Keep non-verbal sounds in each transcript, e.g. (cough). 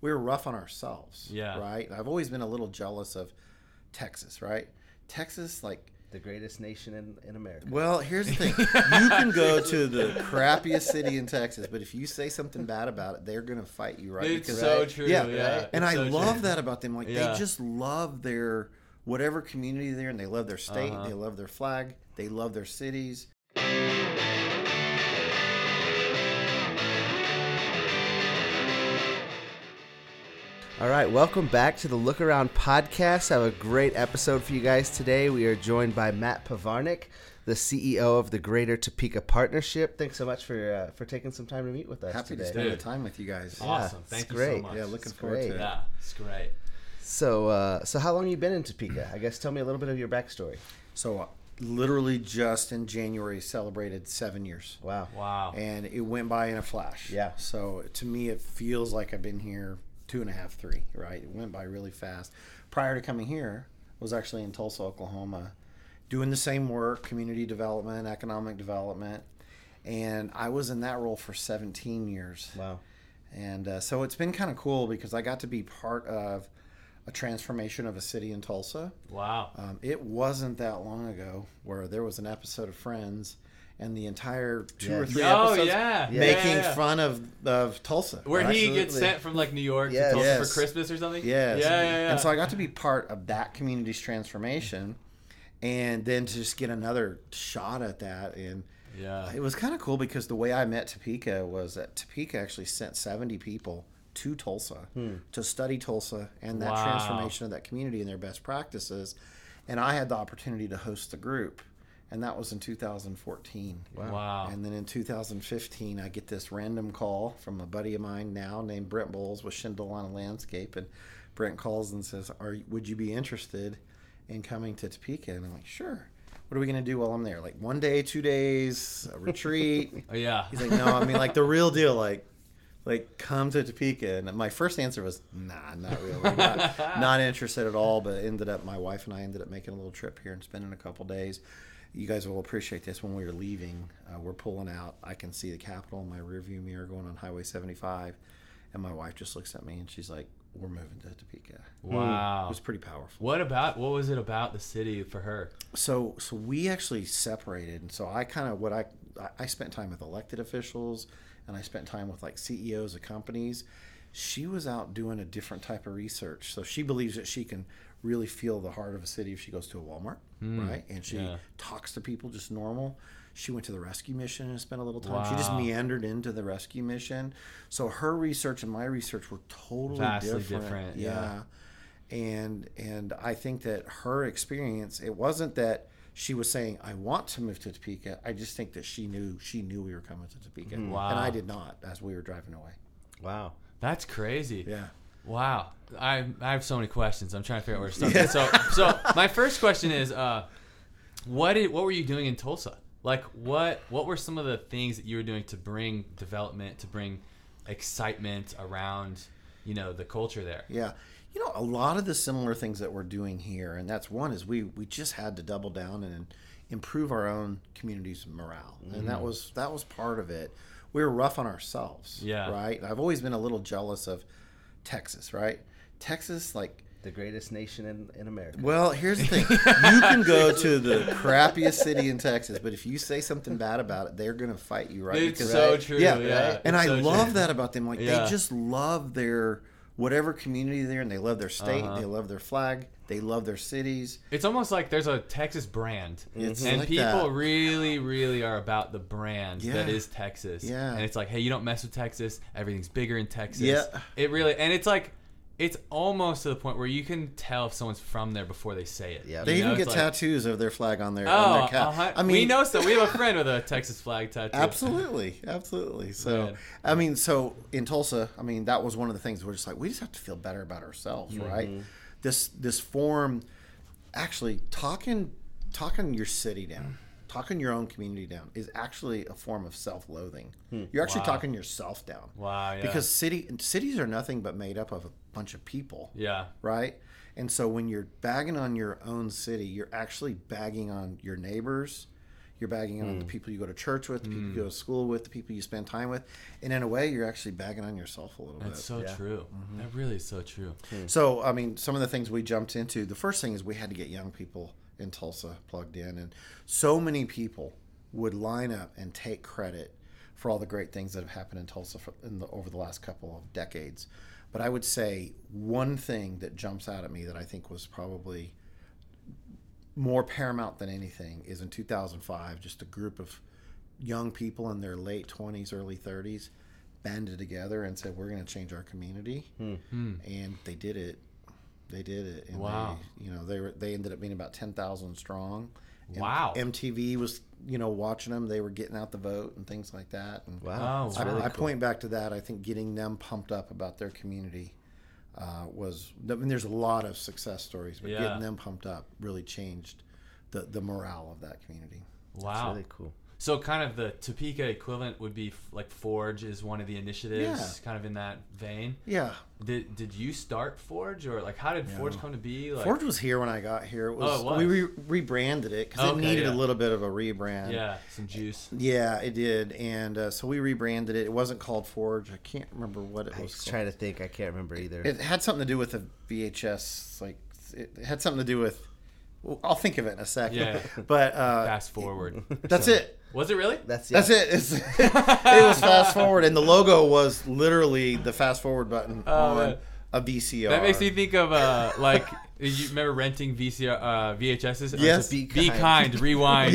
we were rough on ourselves. Yeah. Right. I've always been a little jealous of Texas. Right. Texas, like The greatest nation in, in America. well, here's (laughs) the thing. You can go to the crappiest city in Texas, but if you say something bad about it, they're going to fight you, right? It's so true, yeah. And It's I so love true. that about them. Like, Yeah. they just love their whatever community they're in. They love their state, Uh-huh. they love their flag, they love their cities. All right, welcome back to the Look Around podcast. I have a great episode for you guys today. We are joined by Matt Pavarnik, the CEO of the Greater Topeka Partnership. Thanks so much for uh, for taking some time to meet with us Happy to today. spend the Dude. time with you guys. Yeah, Awesome. it's Thank you so great. much. Yeah, looking It's forward great. to it. Yeah, it's great. So, uh, so how long you been in Topeka? I guess tell me a little bit of your backstory. So, uh, literally just in January, celebrated seven years. Wow. Wow. And it went by in a flash. Yeah. So to me, it feels like I've been here two and a half, three. Right. It went by really fast. Prior to coming here, I was actually in Tulsa, Oklahoma, doing the same work, community development, economic development, and I was in that role for 17 years. Wow. And uh, so it's been kind of cool because I got to be part of a transformation of a city in Tulsa. Wow. Um, it wasn't that long ago where there was an episode of Friends, and the entire two or Yes. three oh episodes yeah. making yeah, yeah. fun of of Tulsa. Where right? he gets Absolutely. sent from like New York Yes. to Tulsa Yes. for Christmas or something. Yes. Yeah, yeah, yeah. And so I got to be part of that community's transformation, and then to just get another shot at that and. yeah. It was kind of cool because the way I met Topeka was that Topeka actually sent 70 people to Tulsa to study Tulsa and that Hmm. Wow. transformation of that community and their best practices. And I had the opportunity to host the group, and that was in 2014. Wow. And then in 2015, I get this random call from a buddy of mine now named Brent Bowles with Shindalana Landscape, and Brent calls and says, "Are would you be interested in coming to Topeka?" And I'm like, "Sure." What are we gonna do while I'm there? Like one day, two days, a retreat? Oh, yeah. He's like, "No, I mean like the real deal, like." Like come to Topeka, and my first answer was nah, not really, not, not interested at all. But it ended up, my wife and I ended up making a little trip here and spending a couple days you guys will appreciate this when we were leaving uh, we're pulling out i can see the capitol in my rearview mirror going on highway 75 and my wife just looks at me and she's like we're moving to topeka it (laughs) wow. was pretty powerful What about what was it about the city for her? so so we actually separated and so i kind of what i I- i spent time with elected officials and i spent time with like ceos of companies she was out doing a different type of research so she believes that she can really feel the heart of a city if she goes to a walmart right and she Hmm, yeah. talks to people just normal she went to the rescue mission and spent a little time she just Wow. meandered into the rescue mission so her research and my research were totally Vastly different, different, yeah yeah. and and I think that her experience it wasn't that she was saying I want to move to Topeka. I just think that she knew she knew we were coming to Topeka, and I Mm-hmm. Wow. did not as we were driving away. Wow. That's crazy. Yeah, Wow. I I have so many questions. I'm trying to figure out where to start. So so my first question is uh what did what were you doing in Tulsa? Like what what were some of the things that you were doing to bring development, to bring excitement around, you know, the culture there? yeah. You know, a lot of the similar things that we're doing here, and that's one is we we just had to double down and improve our own community's morale, and Mm. that was that was part of it. We were rough on ourselves, Yeah. right. I've always been a little jealous of Texas, right? Texas, like The greatest nation in, in America. Well, here's the thing. You can go to the crappiest city in Texas, but if you say something bad about it, they're going to fight you, right? It's so true, yeah. And It's I so love true. that about them. Like, Yeah. they just love their whatever community they're in. They love their state, Uh-huh. they love their flag, they love their cities. It's almost like there's a Texas brand, It's and like people that. really, really are about the brand that Yeah. is Texas. Yeah. and it's like, hey, you don't mess with Texas. Everything's bigger in Texas. Yeah. it really, and it's like, it's almost to the point where you can tell if someone's from there before they say it. Yeah. You They even know, get it's like, tattoos of their flag on their, on Oh, their cow. uh-huh. I mean, we know so. We (laughs) have a friend with a Texas flag tattoo. Absolutely, absolutely. So, Man. I mean, so in Tulsa, I mean, that was one of the things we're just like, we just have to feel better about ourselves, Mm-hmm. right? This this form, actually talking talking your city down, talking your own community down is actually a form of self loathing. You're actually Hmm. Wow. talking yourself down. Wow. Yeah. Because city cities are nothing but made up of a bunch of people yeah. right? And so when you're bagging on your own city, you're actually bagging on your neighbors, You're bagging on the people you go to church with, the people you go to school with, the people you spend time with, and in a way, you're actually bagging on yourself a little bit. That's so true. Mm-hmm. That really is so true. So, I mean, some of the things we jumped into, the first thing is we had to get young people in Tulsa plugged in. And so many people would line up and take credit for all the great things that have happened in Tulsa for, in the, over the last couple of decades. But I would say one thing that jumps out at me that I think was probably more paramount than anything is in 2005, just a group of young people in their late 20s, early 30s banded together and said, We're going to change our community. And they did it. They did it. And Hmm. Wow. They, you know, they, were, they ended up being about 10,000 strong. And Wow. MTV was, you know, watching them. They were getting out the vote and things like that. And Wow. Oh, that's I, really I point back to that. I think getting them pumped up about their community uh, was. I mean, there's a lot of success stories, but Yeah. getting them pumped up really changed the the morale of that community. Wow. really cool. So kind of the Topeka equivalent would be f- like Forge is one of the initiatives, kind of in that vein. Yeah, Did did you start Forge or like how did Forge come to be? Like, Forge was here when I got here. It was, Oh, it was. we re- rebranded it because Okay, it needed yeah. a little bit of a rebrand. yeah, (laughs) some juice. Yeah, it did, and uh, so we rebranded it. It wasn't called Forge. I can't remember what it I was. was called. trying to think. I can't remember either. It had something to do with a VHS, like it had something to do with. well, I'll think of it in a second. Yeah. (laughs) But uh, Fast (laughs) forward. that's it. Was it really? that's yeah. That's it. It's, (laughs) it was fast forward, and the logo was literally the fast forward button on a VCR. Oh, That makes me think of uh like you remember renting VCR uh, VHSs? Or Yes. just Be Be, Kind. kind. Rewind.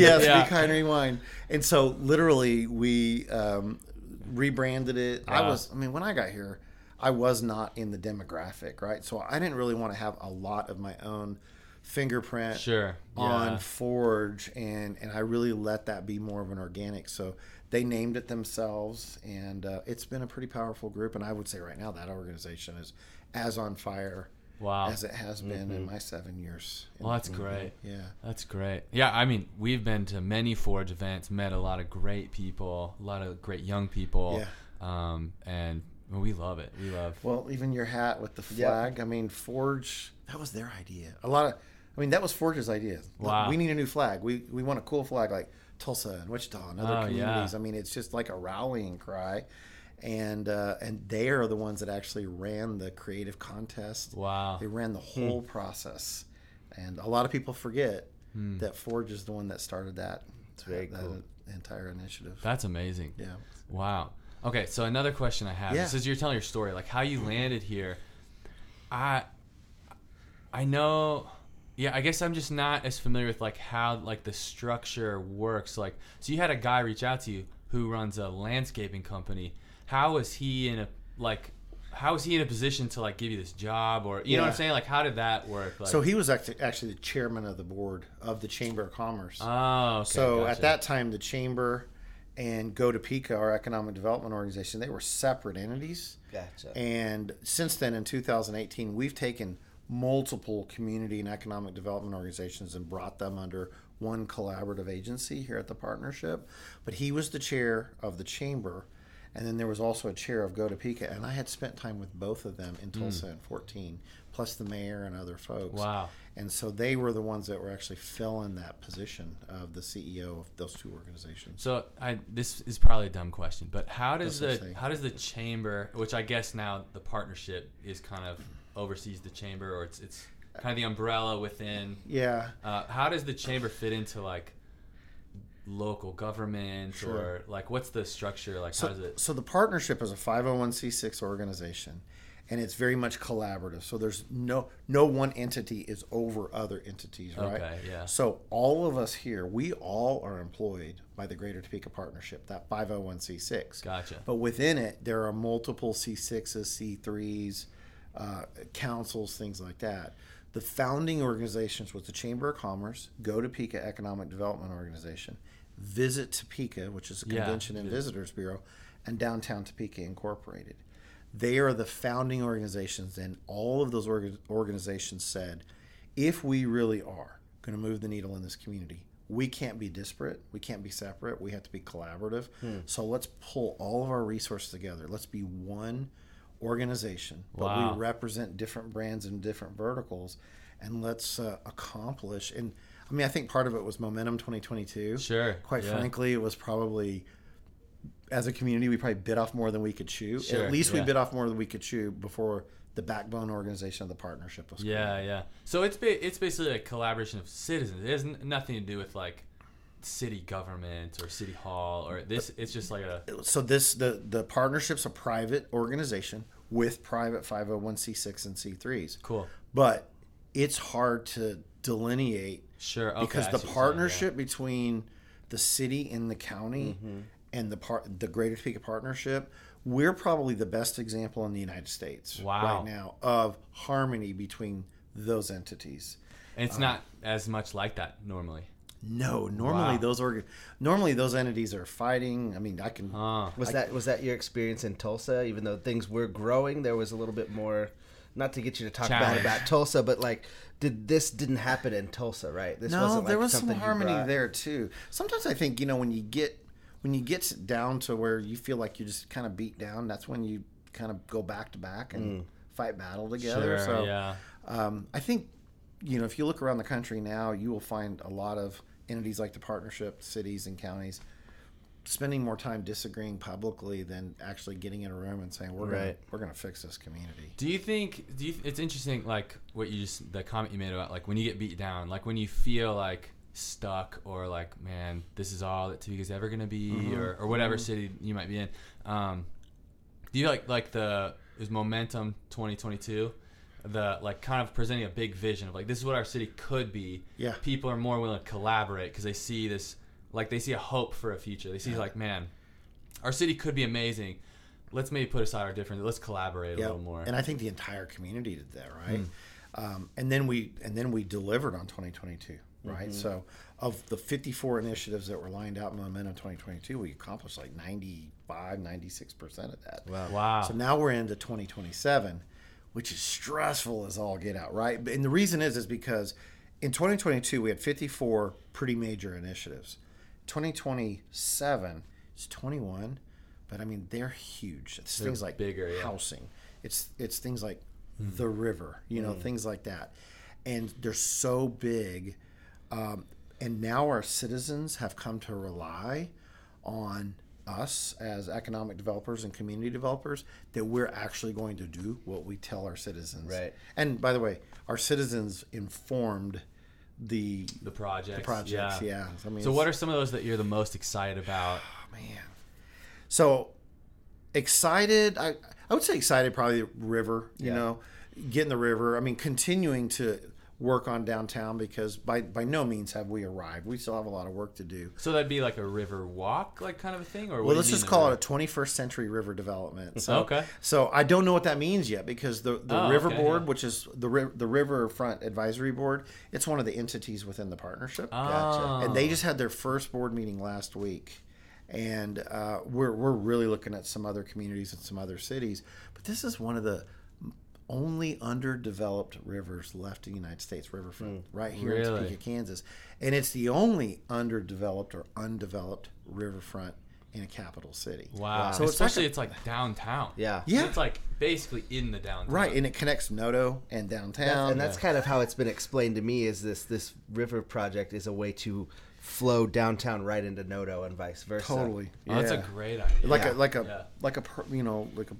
(laughs) yes, yeah. be kind, rewind. And so, literally, we um, rebranded it. I Wow. was, I mean, when I got here, I was not in the demographic, right? So I didn't really want to have a lot of my own fingerprint Sure. on Yeah. Forge, and and I really let that be more of an organic. So they named it themselves, and uh, it's been a pretty powerful group. And I would say right now that organization is as on fire Wow. Mm-hmm. as it has been in my seven years. in Well, the that's community. great. Yeah. That's great. Yeah, I mean, we've been to many Forge events, met a lot of great people, a lot of great young people. Yeah. Um, and we love it. We love. Well, even your hat with the Yep. flag. I mean, Forge. That was their idea. A lot of. I mean, that was Forge's idea. Look, Wow. We need a new flag. We we want a cool flag like Tulsa and Wichita and other Oh, yeah. communities. I mean, it's just like a rallying cry, and uh, and they are the ones that actually ran the creative contest. Wow. Hmm. They ran the whole process, and a lot of people forget Hmm. that Forge is the one that started that. very that cool. entire initiative. That's amazing. yeah. Wow. Okay, so another question I have. Yeah. This is you're telling your story, like how you landed here. I I know yeah, I guess I'm just not as familiar with like how like the structure works. Like so you had a guy reach out to you who runs a landscaping company. How was he in a like how was he in a position to like give you this job or you know what Yeah. I'm saying? Like how did that work? Like So he was act- actually the chairman of the board of the Chamber of Commerce. Oh, okay, So gotcha. at that time, the chamber and Go to Pica, our economic development organization, they were separate entities. Gotcha. And since then, in 2018, we've taken multiple community and economic development organizations and brought them under one collaborative agency here at the partnership. But he was the chair of the chamber. And then there was also a chair of Go to Pica, and I had spent time with both of them in Tulsa in 14, plus the mayor and other folks. Hmm. Wow. And so they were the ones that were actually filling that position of the CEO of those two organizations. So I this is probably a dumb question, but how does That's the okay. how does the chamber, which I guess now the partnership is kind of oversees the chamber, or it's it's kind of the umbrella within. Yeah. Uh, how does the chamber fit into like local government Sure. or like what's the structure? Like how does So, it? so the partnership is a 501c6 organization, and it's very much collaborative. So there's no no one entity is over other entities, right? Okay, yeah. So all of us here, we all are employed by the Greater Topeka Partnership, that 501c6. Gotcha. But within it, there are multiple C6s, C3s, uh, councils, things like that. The founding organizations was the Chamber of Commerce, Go Topeka Economic Development Organization, Visit Topeka, which is a Yeah, convention and visitors bureau, and Downtown Topeka Incorporated. They are the founding organizations, and all of those org- organizations said, if we really are going to move the needle in this community, we can't be disparate. We can't be separate. We have to be collaborative. Hmm. So let's pull all of our resources together. Let's be one organization, but Wow. we represent different brands and different verticals, and let's uh, accomplish. And I mean, I think part of it was momentum 2022. Sure. Quite yeah. frankly, it was probably as a community we probably bit off more than we could chew. Sure, At least yeah. we bit off more than we could chew before the backbone organization of the partnership was. Yeah, yeah. So it's ba- it's basically a collaboration of citizens. It has n- nothing to do with like city government or city hall or this. It's just like a so this the the partnership's a private organization with private 501c6 and c3s cool. but it's hard to delineate Sure. Okay, because I the see what you're saying, yeah. partnership between the city and the county Mm-hmm. and the part the greater Topeka partnership we're probably the best example in the United States Wow. right now of harmony between those entities And it's not as much like that normally. no normally Wow. those org- normally those entities are fighting i mean i can Uh, Was that was that your experience in Tulsa? Even though things were growing, there was a little bit more. Not to get you to talk Challenge. bad about Tulsa, but like, did this didn't happen in Tulsa, right? This No, there like, was some something you harmony brought- there too. Sometimes I think you know when you get when you get down to where you feel like you just kind of beat down, that's when you kind of go back to back and fight battle together. Mm. sure. so yeah. um, I think you know if you look around the country now, you will find a lot of entities like the partnership, cities and counties spending more time disagreeing publicly than actually getting in a room and saying we're gonna, Right. we're going to fix this community. Do you think? Do you? It's interesting, like what you just the comment you made about like when you get beat down, like when you feel like stuck or like man, this is all that Topeka's ever gonna be, Mm-hmm. or, or whatever city you might be in. Um, do you like like the is momentum 2022? The like kind of presenting a big vision of like this is what our city could be. Yeah. people are more willing to collaborate because they see this like they see a hope for a future. They see like man, our city could be amazing. Let's maybe put aside our differences. Let's collaborate a Yeah, little more. Hmm. And I think the entire community did that, right? Um, and then we and then we delivered on 2022, right? Mm-hmm. So of the 54 initiatives that were lined out in Momentum 2022, we accomplished like 95, 96 percent of that. Wow. So now we're into 2027, which is stressful as all get out, right? And the reason is is because in 2022 we had 54 pretty major initiatives. 2027 is 21, but I mean they're huge. It's things like bigger, yeah. Hmm. housing. It's it's things like the river, you know, things like that. And they're so big um, and now our citizens have come to rely on us as economic developers and community developers that we're actually going to do what we tell our citizens. Right. And by the way, our citizens informed the the projects. projects. Yeah. I mean, So what are some of those that you're the most excited about? man. So excited. I I would say excited probably the river. You Yeah. know, getting the river. I mean, continuing to work on downtown because by by no means have we arrived. We still have a lot of work to do. So that'd be like a river walk, like kind of a thing, or what Well, do let's you just mean call river- it a 21st century river development. So, (laughs) Okay. So I don't know what that means yet because the, the Oh, river okay, board, yeah. which is the ri- the riverfront advisory board, it's one of the entities within the partnership. Oh. Gotcha. And they just had their first board meeting last week, and uh, we're we're really looking at some other communities and some other cities. But this is one of the only underdeveloped rivers left in the United States riverfront, right here in Mm. Really? Topeka, Kansas, and it's the only underdeveloped or undeveloped riverfront in a capital city. Wow. So it's like Especially a- it's like, downtown. Yeah. Yeah. It's like basically in the downtown. Right, and it connects Noto and downtown. and that's kind of how it's been explained to me. Is this this river project is a way to flow downtown right into Noto and vice versa? totally. Oh, That's a yeah. great idea. like a Yeah. like a Yeah. like a per- you know like a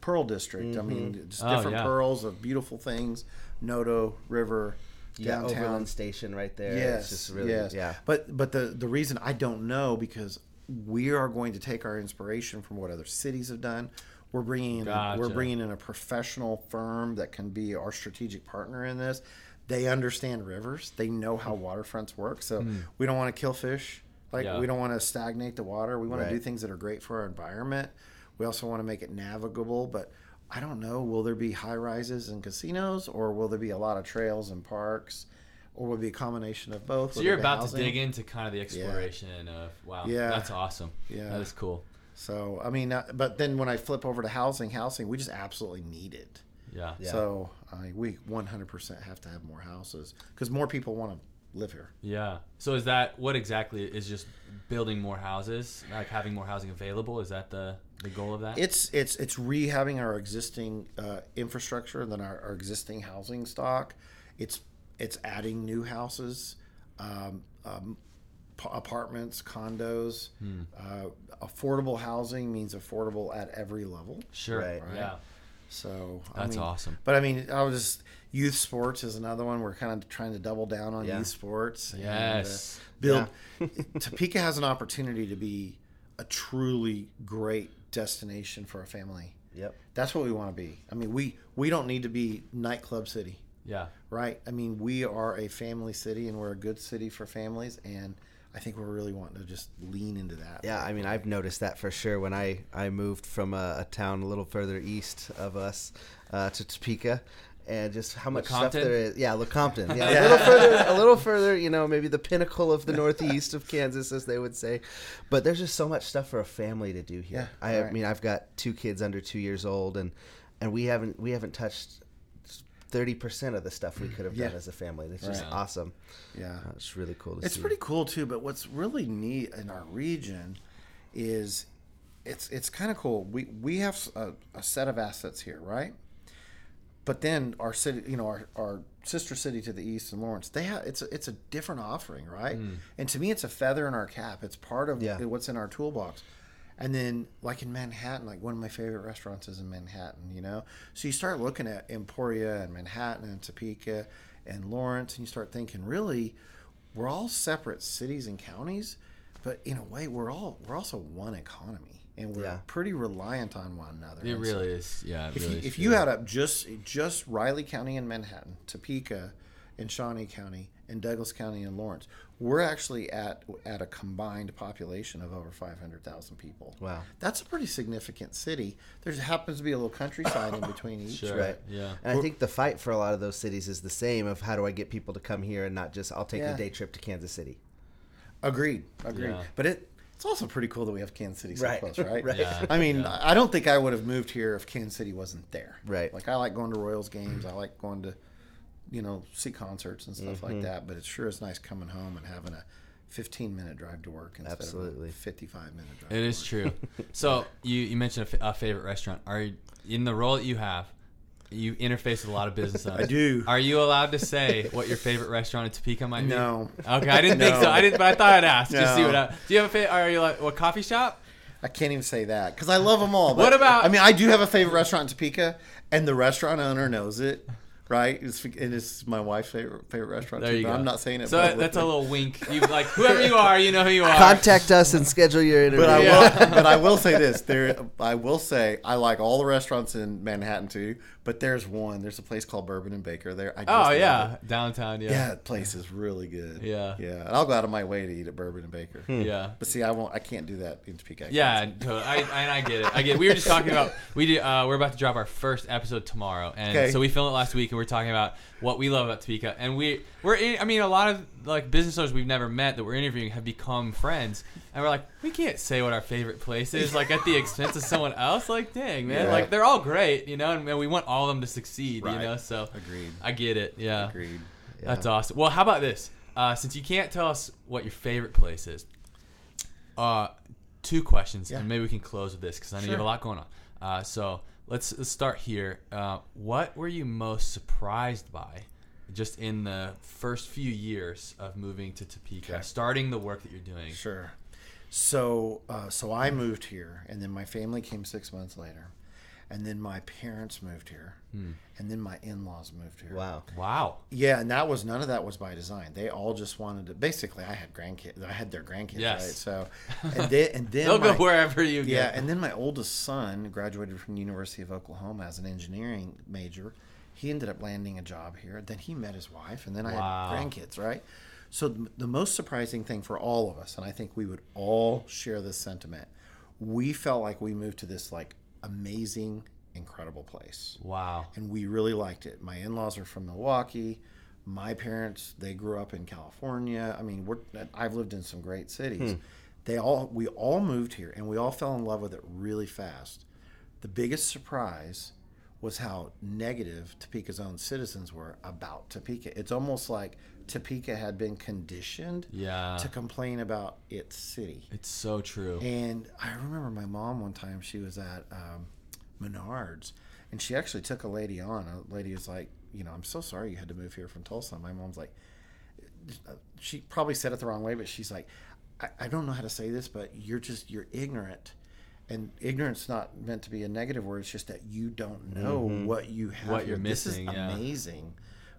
pearl district. I mean, just Oh, different yeah. pearls of beautiful things. Noto River, You got downtown. Overland Station right there. Yes, It's just really, yes. yeah. But but the the reason I don't know because we are going to take our inspiration from what other cities have done. We're bringing in, we're Gotcha. bringing in a professional firm that can be our strategic partner in this. They understand rivers. They know how waterfronts work. So we don't want to kill fish. Like Hmm. Yeah. we don't want to stagnate the water. We want Right. to do things that are great for our environment. We also want to make it navigable, but I don't know. Will there be high rises and casinos, or will there be a lot of trails and parks, or will it be a combination of both? So you're about to dig into kind of the exploration of wow. Yeah. That's awesome. Yeah. That is cool. So I mean, uh, but then when I flip over to housing, housing we just absolutely need it. Yeah. Yeah. So I mean, we 100% have to have more houses because more people want to live here. Yeah. So is that what exactly is just building more houses, like having more housing available? Is that the the goal of that? It's it's it's rehabbing our existing uh, infrastructure and then our, our existing housing stock. It's it's adding new houses. um, um, p- apartments, condos. Hmm. Uh, affordable housing means affordable at every level. Sure. Right. Yeah. So I That's mean- awesome. But I mean, I was just youth sports is another one. We're kind of trying to double down on Yeah. youth sports. and, uh, Yes. build. (laughs) Topeka has an opportunity to be a truly great destination for a family. Yep. That's what we want to be. I mean, we we don't need to be nightclub city, Yeah. right? I mean, we are a family city, and we're a good city for families. And I think we're really wanting to just lean into that. Yeah, I mean, I've noticed that for sure. When I I moved from a, a town a little further east of us uh, to Topeka, and just how much Lecompton? stuff there is. Yeah, (laughs) Lecompton. Yeah, Yeah. a little further, a little further. You know, maybe the pinnacle of the northeast of Kansas, as they would say. But there's just so much stuff for a family to do here. Yeah, I right. mean, I've got two kids under two years old, and and we haven't we haven't touched. 30% of the stuff we could have done Mm, Yeah. as a family. It's just Right. awesome. yeah. Uh, It's really cool to It's see. pretty cool too. But what's really neat in our region is it's it's kind of cool. We we have a, a set of assets here, right? But then our city, you know, our, our sister city to the east in Lawrence, they have it's a, it's a different offering, right? And to me, it's a feather in our cap. It's part of Mm. Yeah. what's in our toolbox. And then, like in Manhattan, like one of my favorite restaurants is in Manhattan, you know? So you start looking at Emporia and Manhattan and Topeka and Lawrence, and you start thinking, really, we're all separate cities and counties, but in a way, we're all we're also one economy, and we're Yeah. pretty reliant on one another. It And so really is. Yeah. It if really you, is if true. you add up just just Riley County and Manhattan, Topeka, and Shawnee County, and Douglas County and Lawrence, we're actually at at a combined population of over five hundred thousand people. Wow. that's a pretty significant city. There happens to be a little countryside (coughs) in between each. Sure. Right. Yeah. And I think the fight for a lot of those cities is the same of how do I get people to come here and not just I'll take Yeah. a day trip to Kansas City. Agreed. Agreed. Yeah. But it it's also pretty cool that we have Kansas City so Right. close, right? (laughs) Right. Yeah, I mean, I don't think I would have moved here if Kansas City wasn't there. Right. Like I like going to Royals games. I like going to, you know, see concerts and stuff Mm-hmm. like that. But it sure is nice coming home and having a 15 minute drive to work instead of Absolutely. a 55 minute drive. It is true. so you, you mentioned a, f- a favorite restaurant. Are you, in the role that you have, you interface with a lot of business I owners. do. Are you allowed to say what your favorite restaurant in Topeka might be? No. Okay, I didn't think so. No. I didn't, but I thought I'd ask. Just see No. what. I, do you have a favorite? Are you like what coffee shop? I can't even say that because I love them (laughs) all. But, What about- I mean, I do have a favorite restaurant in Topeka, and the restaurant owner knows it, right? It's, and it's my wife's favorite favorite restaurant. There too, you but go. I'm not saying it. So publicly. that's a little wink. You like whoever you are, you know (laughs) who you are. Contact us and schedule your interview. But I (laughs) Yeah. will, (laughs) but I will say this: there, I will say I like all the restaurants in Manhattan too. But there's one. There's a place called Bourbon and Baker. There, I just Oh love yeah, it. downtown. yeah. Yeah. That place is really good. Yeah. yeah. And I'll go out of my way to eat at Bourbon and Baker. Yeah. Yeah. But see, I won't. I can't do that in Topeka. I can't Yeah, and to- I, I, I get it. I get. It. We were just talking about we do, uh, we're about to drop our first episode tomorrow, and Okay. so we filmed it last week, and we're talking about what we love about Topeka, and we we're in, I mean a lot of like business owners we've never met that we're interviewing have become friends, and we're like we can't say what our favorite place is like at the expense of someone else. Like dang man, Yeah. like they're all great, you know, and, we want all of them to succeed, you Right. know. So Agreed. I get it. Yeah, Agreed. that's awesome. Well, how about this? Uh, since you can't tell us what your favorite place is, uh, two questions, Yeah. and maybe we can close with this because I know you have a Sure. lot going on. Uh, so let's, let's start here. Uh, what were you most surprised by, just in the first few years of moving to Topeka, Okay. starting the work that you're doing? Sure. So, uh, so I moved here, and then my family came six months later, and then my parents moved here, and then my in-laws moved here. wow. Wow. Yeah, and that was none of that was by design. They all just wanted to. Basically, I had grandkids. I had their grandkids, Yes. right? So, and then (laughs) and then They'll my, go wherever you yeah, go. and then my oldest son graduated from the University of Oklahoma as an engineering major. He ended up landing a job here. Then he met his wife, and then I Wow. had grandkids, right? So th- the most surprising thing for all of us, and I think we would all share this sentiment, we felt like we moved to this like amazing, incredible place Wow. and we really liked it. My in-laws are from Milwaukee. My parents, they grew up in California. I mean, we're, I've lived in some great cities. They all we all moved here and we all fell in love with it really fast. The biggest surprise was how negative Topeka's own citizens were about Topeka. It's almost like Topeka had been conditioned Yeah. to complain about its city. It's so true. And I remember my mom one time, she was at um, Menards and she actually took a lady on. A lady was like, You know, I'm so sorry you had to move here from Tulsa. My mom's like, she probably said it the wrong way, but she's like, I, I don't know how to say this, but you're just you're ignorant. And ignorance not meant to be a negative word. It's just that you don't know what you have. Mm-hmm. What you're here. This is missing, yeah. amazing,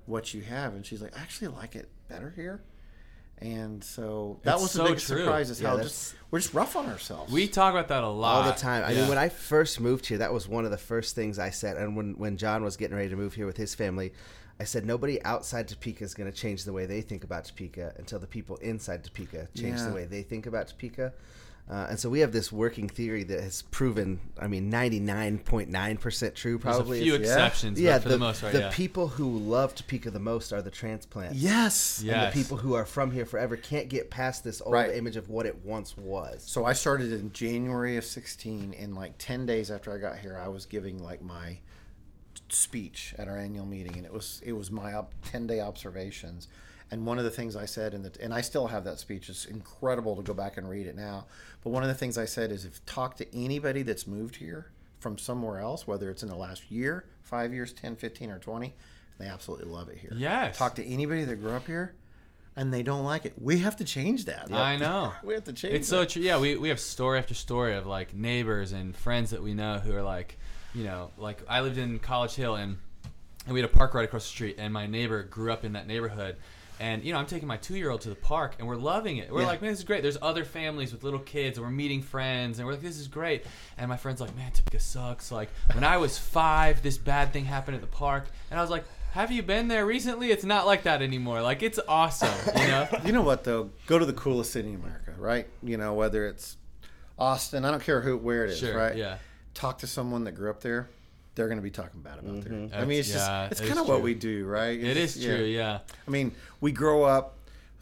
what you have. And she's like, I actually like it better here. And so that It's was so the big true. surprise is Yeah, how that's- just we're just rough on ourselves. We talk about that a lot all the time. I Yeah. mean, when I first moved here, that was one of the first things I said. And when, when John was getting ready to move here with his family, I said nobody outside Topeka is going to change the way they think about Topeka until the people inside Topeka change Yeah. the way they think about Topeka. Uh, and so we have this working theory that has proven, I mean, ninety nine point nine percent true. There's Probably, a few It's- exceptions, yeah. but for the, most part, the yeah. people who love Topeka the most are the transplants. yes. Yeah. Yes. And the people who are from here forever can't get past this old Right. image of what it once was. So I started in January of 16, and like 10 days after I got here, I was giving like my speech at our annual meeting, and it was it was my op- 10 day observations. And one of the things I said, in the, and I still have that speech. It's incredible to go back and read it now. But one of the things I said is, if talk to anybody that's moved here from somewhere else, whether it's in the last year, five years, 10, 15, or 20, they absolutely love it here. Yes. Talk to anybody that grew up here, and they don't like it. We have to change that. I know. (laughs) we have to change. It's that. so true. Yeah, we, we have story after story of like neighbors and friends that we know who are like, you know, like I lived in College Hill and, and we had a park right across the street, and my neighbor grew up in that neighborhood. And you know, I'm taking my two-year-old to the park, and we're loving it. We're Yeah. like, man, this is great. There's other families with little kids, and we're meeting friends, and we're like, this is great. And my friend's like, man, Topeka sucks. Like when I was five, this bad thing happened at the park, and I was like, have you been there recently? It's not like that anymore. Like it's awesome, you know. you know what though? Go to the coolest city in America, right? You know whether it's Austin, I don't care who where it is, Sure, right? yeah. Talk to someone that grew up there. They're going to be talking bad about there. I That's- mean, it's yeah, just it's it kind is of what true. we do, right? It It's- is true, yeah. I mean, we grow up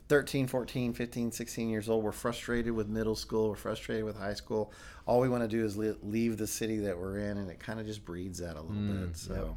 13, 14, 15, 16 years old. We're frustrated with middle school. We're frustrated with high school. All we want to do is li- leave the city that we're in, and it kind of just breeds that a little Mm, bit. So,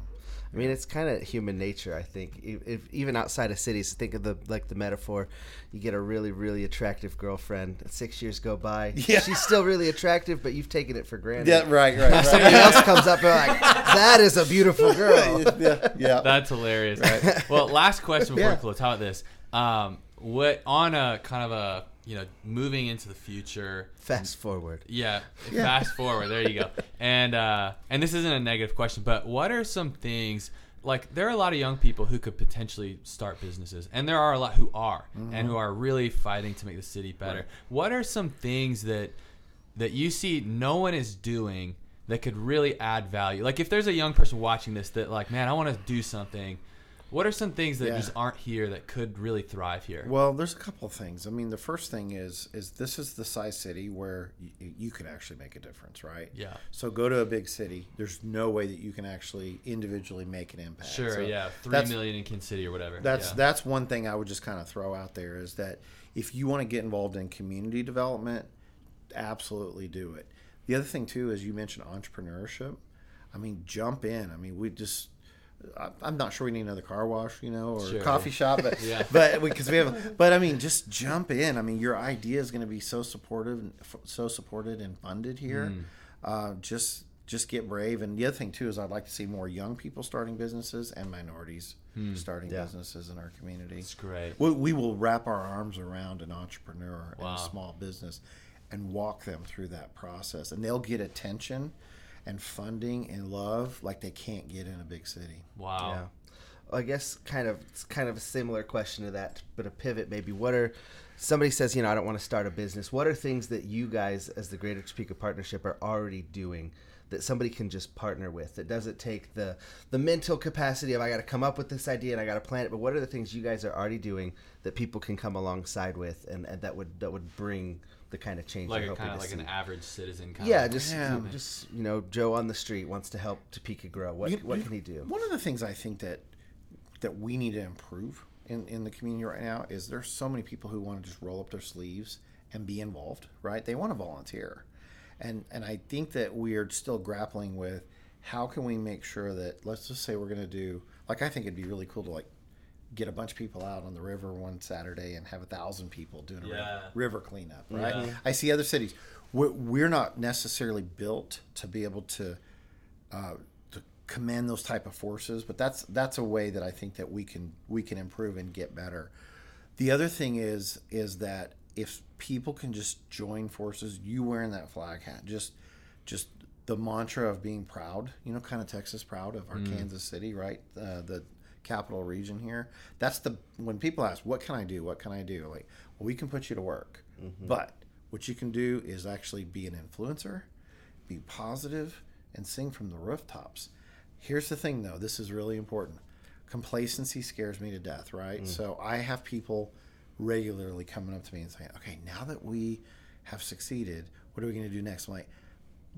I mean, it's kind of human nature. I think, if, if even outside of cities, think of the like the metaphor. You get a really, really attractive girlfriend. Six years go by. (laughs) Yeah. she's still really attractive, but you've taken it for granted. yeah, right, (laughs) right, right. Somebody else comes up and they're like, "That is (laughs) a beautiful girl." yeah, yeah. That's hilarious. (laughs) well, last question before Yeah. we close. How about this? Um, what on a kind of a you know moving into the future? Fast forward. Yeah, fast forward. There you go. And uh, and this isn't a negative question, but what are some things? Like there are a lot of young people who could potentially start businesses, and there are a lot who are and Mm-hmm. who are really fighting to make the city better. What are some things that that you see no one is doing that could really add value? Like if there's a young person watching this that like, man, I want to do something. What are some things that Yeah. just aren't here that could really thrive here? Well, there's a couple of things. I mean, the first thing is is this is the size city where you, you can actually make a difference, right? Yeah. So go to a big city. There's no way that you can actually individually make an impact. sure, So yeah, three that's- million in Kansas City or whatever. That's yeah. that's one thing I would just kind of throw out there is that if you want to get involved in community development, absolutely do it. The other thing too is you mentioned entrepreneurship. I mean, jump in. I mean, we just. I- I'm not sure we need another car wash, you know, or Sure. coffee shop, but Yeah. (laughs) but because we have, but I mean, just jump in. I mean, your idea is going to be so supportive, and f- so supported and funded here. Mm. Uh, just just get brave. And the other thing too is I'd like to see more young people starting businesses and minorities starting businesses in our community. Hmm. That's great. We, we will wrap our arms around an entrepreneur Wow. and a small business and walk them through that process. And they'll get attention and funding and love like they can't get in a big city. Wow. Yeah. Well, I guess kind of it's kind of a similar question to that, but a pivot maybe. What are somebody says, you know, I don't want to start a business. What are things that you guys as the Greater Topeka Partnership are already doing that somebody can just partner with? That doesn't take the the mental capacity of I got to come up with this idea and I got to plan it. But what are the things you guys are already doing that people can come alongside with and, and that would that would bring the kind of change like you're a hoping kind of to like see? an average citizen kind yeah, of just Yeah. just you know, Joe on the street wants to help Topeka grow. What what can he do? One of the things I think that that we need to improve in, in the community right now is there's so many people who want to just roll up their sleeves and be involved, right? They want to volunteer. And and I think that we are still grappling with how can we make sure that let's just say we're gonna do like I think it'd be really cool to like get a bunch of people out on the river one Saturday and have a thousand people doing a river- Yeah. river cleanup, right? Yeah. I see other cities. We're, we're not necessarily built to be able to uh, to command those type of forces, but that's that's a way that I think that we can we can improve and get better. The other thing is is that if people can just join forces, you wearing that flag hat, just just the mantra of being proud, you know, kind of Texas proud of our Kansas City, right? Uh, the capital region here. That's the when people ask, "What can I do? What can I do?" Like, well, we can put you to work, but what you can do is actually be an influencer, be positive, and sing from the rooftops. Here's the thing, though. This is really important. Complacency scares me to death, Mm. right? So I have people regularly coming up to me and saying, "Okay, now that we have succeeded, what are we going to do next?" I'm like,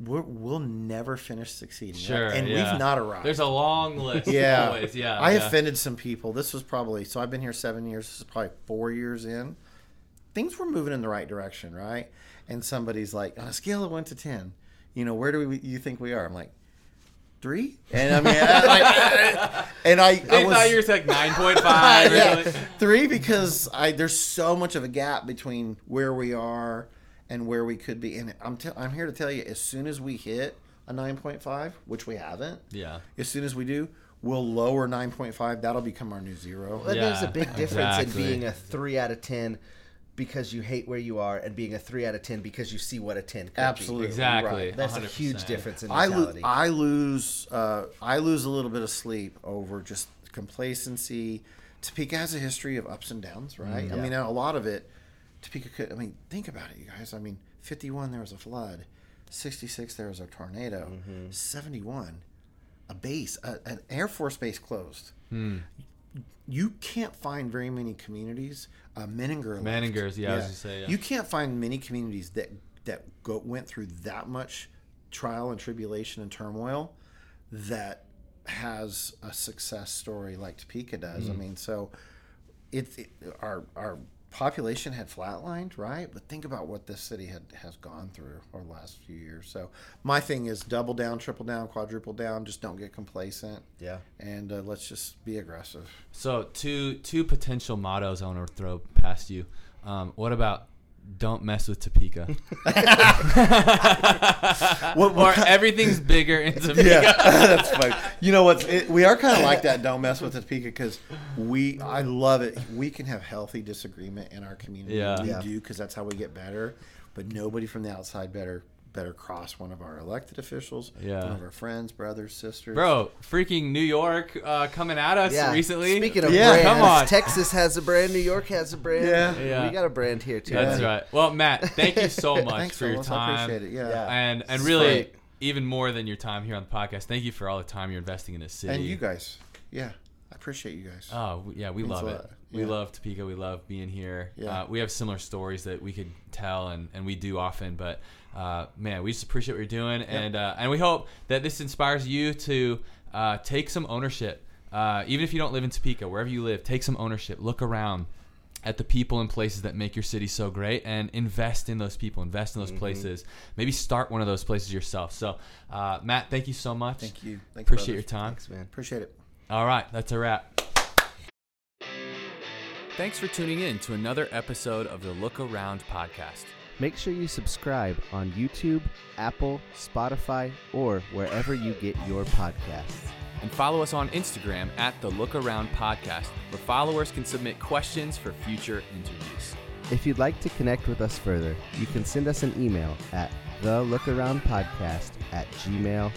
we're, "We'll never finish succeeding, right? Sure. and yeah. we've not arrived." (laughs) There's a (laughs) long list. (laughs) yeah. Always. Yeah. I yeah. offended some people. This was probably so I've been here seven years. This is probably four years in. Things were moving in the right direction, right? And somebody's like, on a scale of one to ten, you know, where do we, you think we are? I'm like, three. And I mean, I, I- (laughs) and I, They I was, thought you were (laughs) like 9.5 (laughs) or yeah. something. Three because I there's so much of a gap between where we are and where we could be. And I'm i I'm here to tell you, as soon as we hit a 9.5, which we haven't, Yeah. as soon as we do, we'll lower 9.5. That'll become our new zero. But there's a Yeah, big difference exactly. in being a three out of ten because you hate where you are, and being a three out of ten because you see what a ten could be. Absolutely. Exactly. Right. That's a 100%. huge difference in I, lo- mentality. I lose uh, I lose a little bit of sleep over just complacency. Topeka has a history of ups and downs, right? I mean, a lot of it. Topeka could. I mean, think about it, you guys. I mean, fifty-one there was a flood, sixty-six there was a tornado, seventy-one, a base, a, an air force base closed. You can't find very many communities. Uh, Menninger. left. Meningers, yeah, I was gonna say, yeah. You can't find many communities that that go, went through that much trial and tribulation and turmoil that has a success story like Topeka does. Mm-hmm. I mean, so it, it our our population had flatlined, right? But think about what this city had has gone through over the last few years. So my thing is double down, triple down, quadruple down. Just don't get complacent. Yeah. and uh, let's just be aggressive. So two two potential mottos I want to throw past you. Um, what about don't mess with (laughs) Topeka? or everything's bigger (laughs) in Topeka. (laughs) Yeah, (laughs) that's funny. You know what? It, we are kind of like that. Don't mess with the Topeka because we. I love it. We can have healthy disagreement in our community. Yeah. we Yeah. do because that's how we get better. But nobody from the outside better better cross one of our elected officials. Yeah. one of our friends, brothers, sisters. Bro, freaking New York uh, coming at us yeah. recently. Speaking of Yeah. brands, Come on. Texas has a brand. New York has a brand. Yeah. Yeah. We got a brand here too. That's Yeah. right. Well, Matt, thank you (laughs) so much Thanks for your Ellis. time. I appreciate it. Yeah. Yeah. And and is really great. even more than your time here on the podcast. Thank you for all the time you're investing in this city. and you guys. Yeah, I appreciate you guys. Oh w- yeah, we Means love a it. lot. We Yeah. love Topeka. We love being here. Yeah. Uh, we have similar stories that we could tell, and, and we do often. But uh, man, we just appreciate what you're doing, and uh, and we hope that this inspires you to uh, take some ownership, uh, even if you don't live in Topeka, wherever you live, take some ownership. Look around at the people and places that make your city so great and invest in those people invest in those Mm-hmm. places maybe start one of those places yourself so uh, matt thank you so much Thank you. Thanks, appreciate your brothers. time Thanks, man. Appreciate it. all right, that's a wrap. Thanks for tuning in to another episode of the Look Around Podcast. Make sure you subscribe on YouTube, Apple, Spotify, or wherever you get your podcasts. And follow us on Instagram at the Look Around Podcast, where followers can submit questions for future interviews. If you'd like to connect with us further, you can send us an email at thelookaroundpodcast at gmail.com.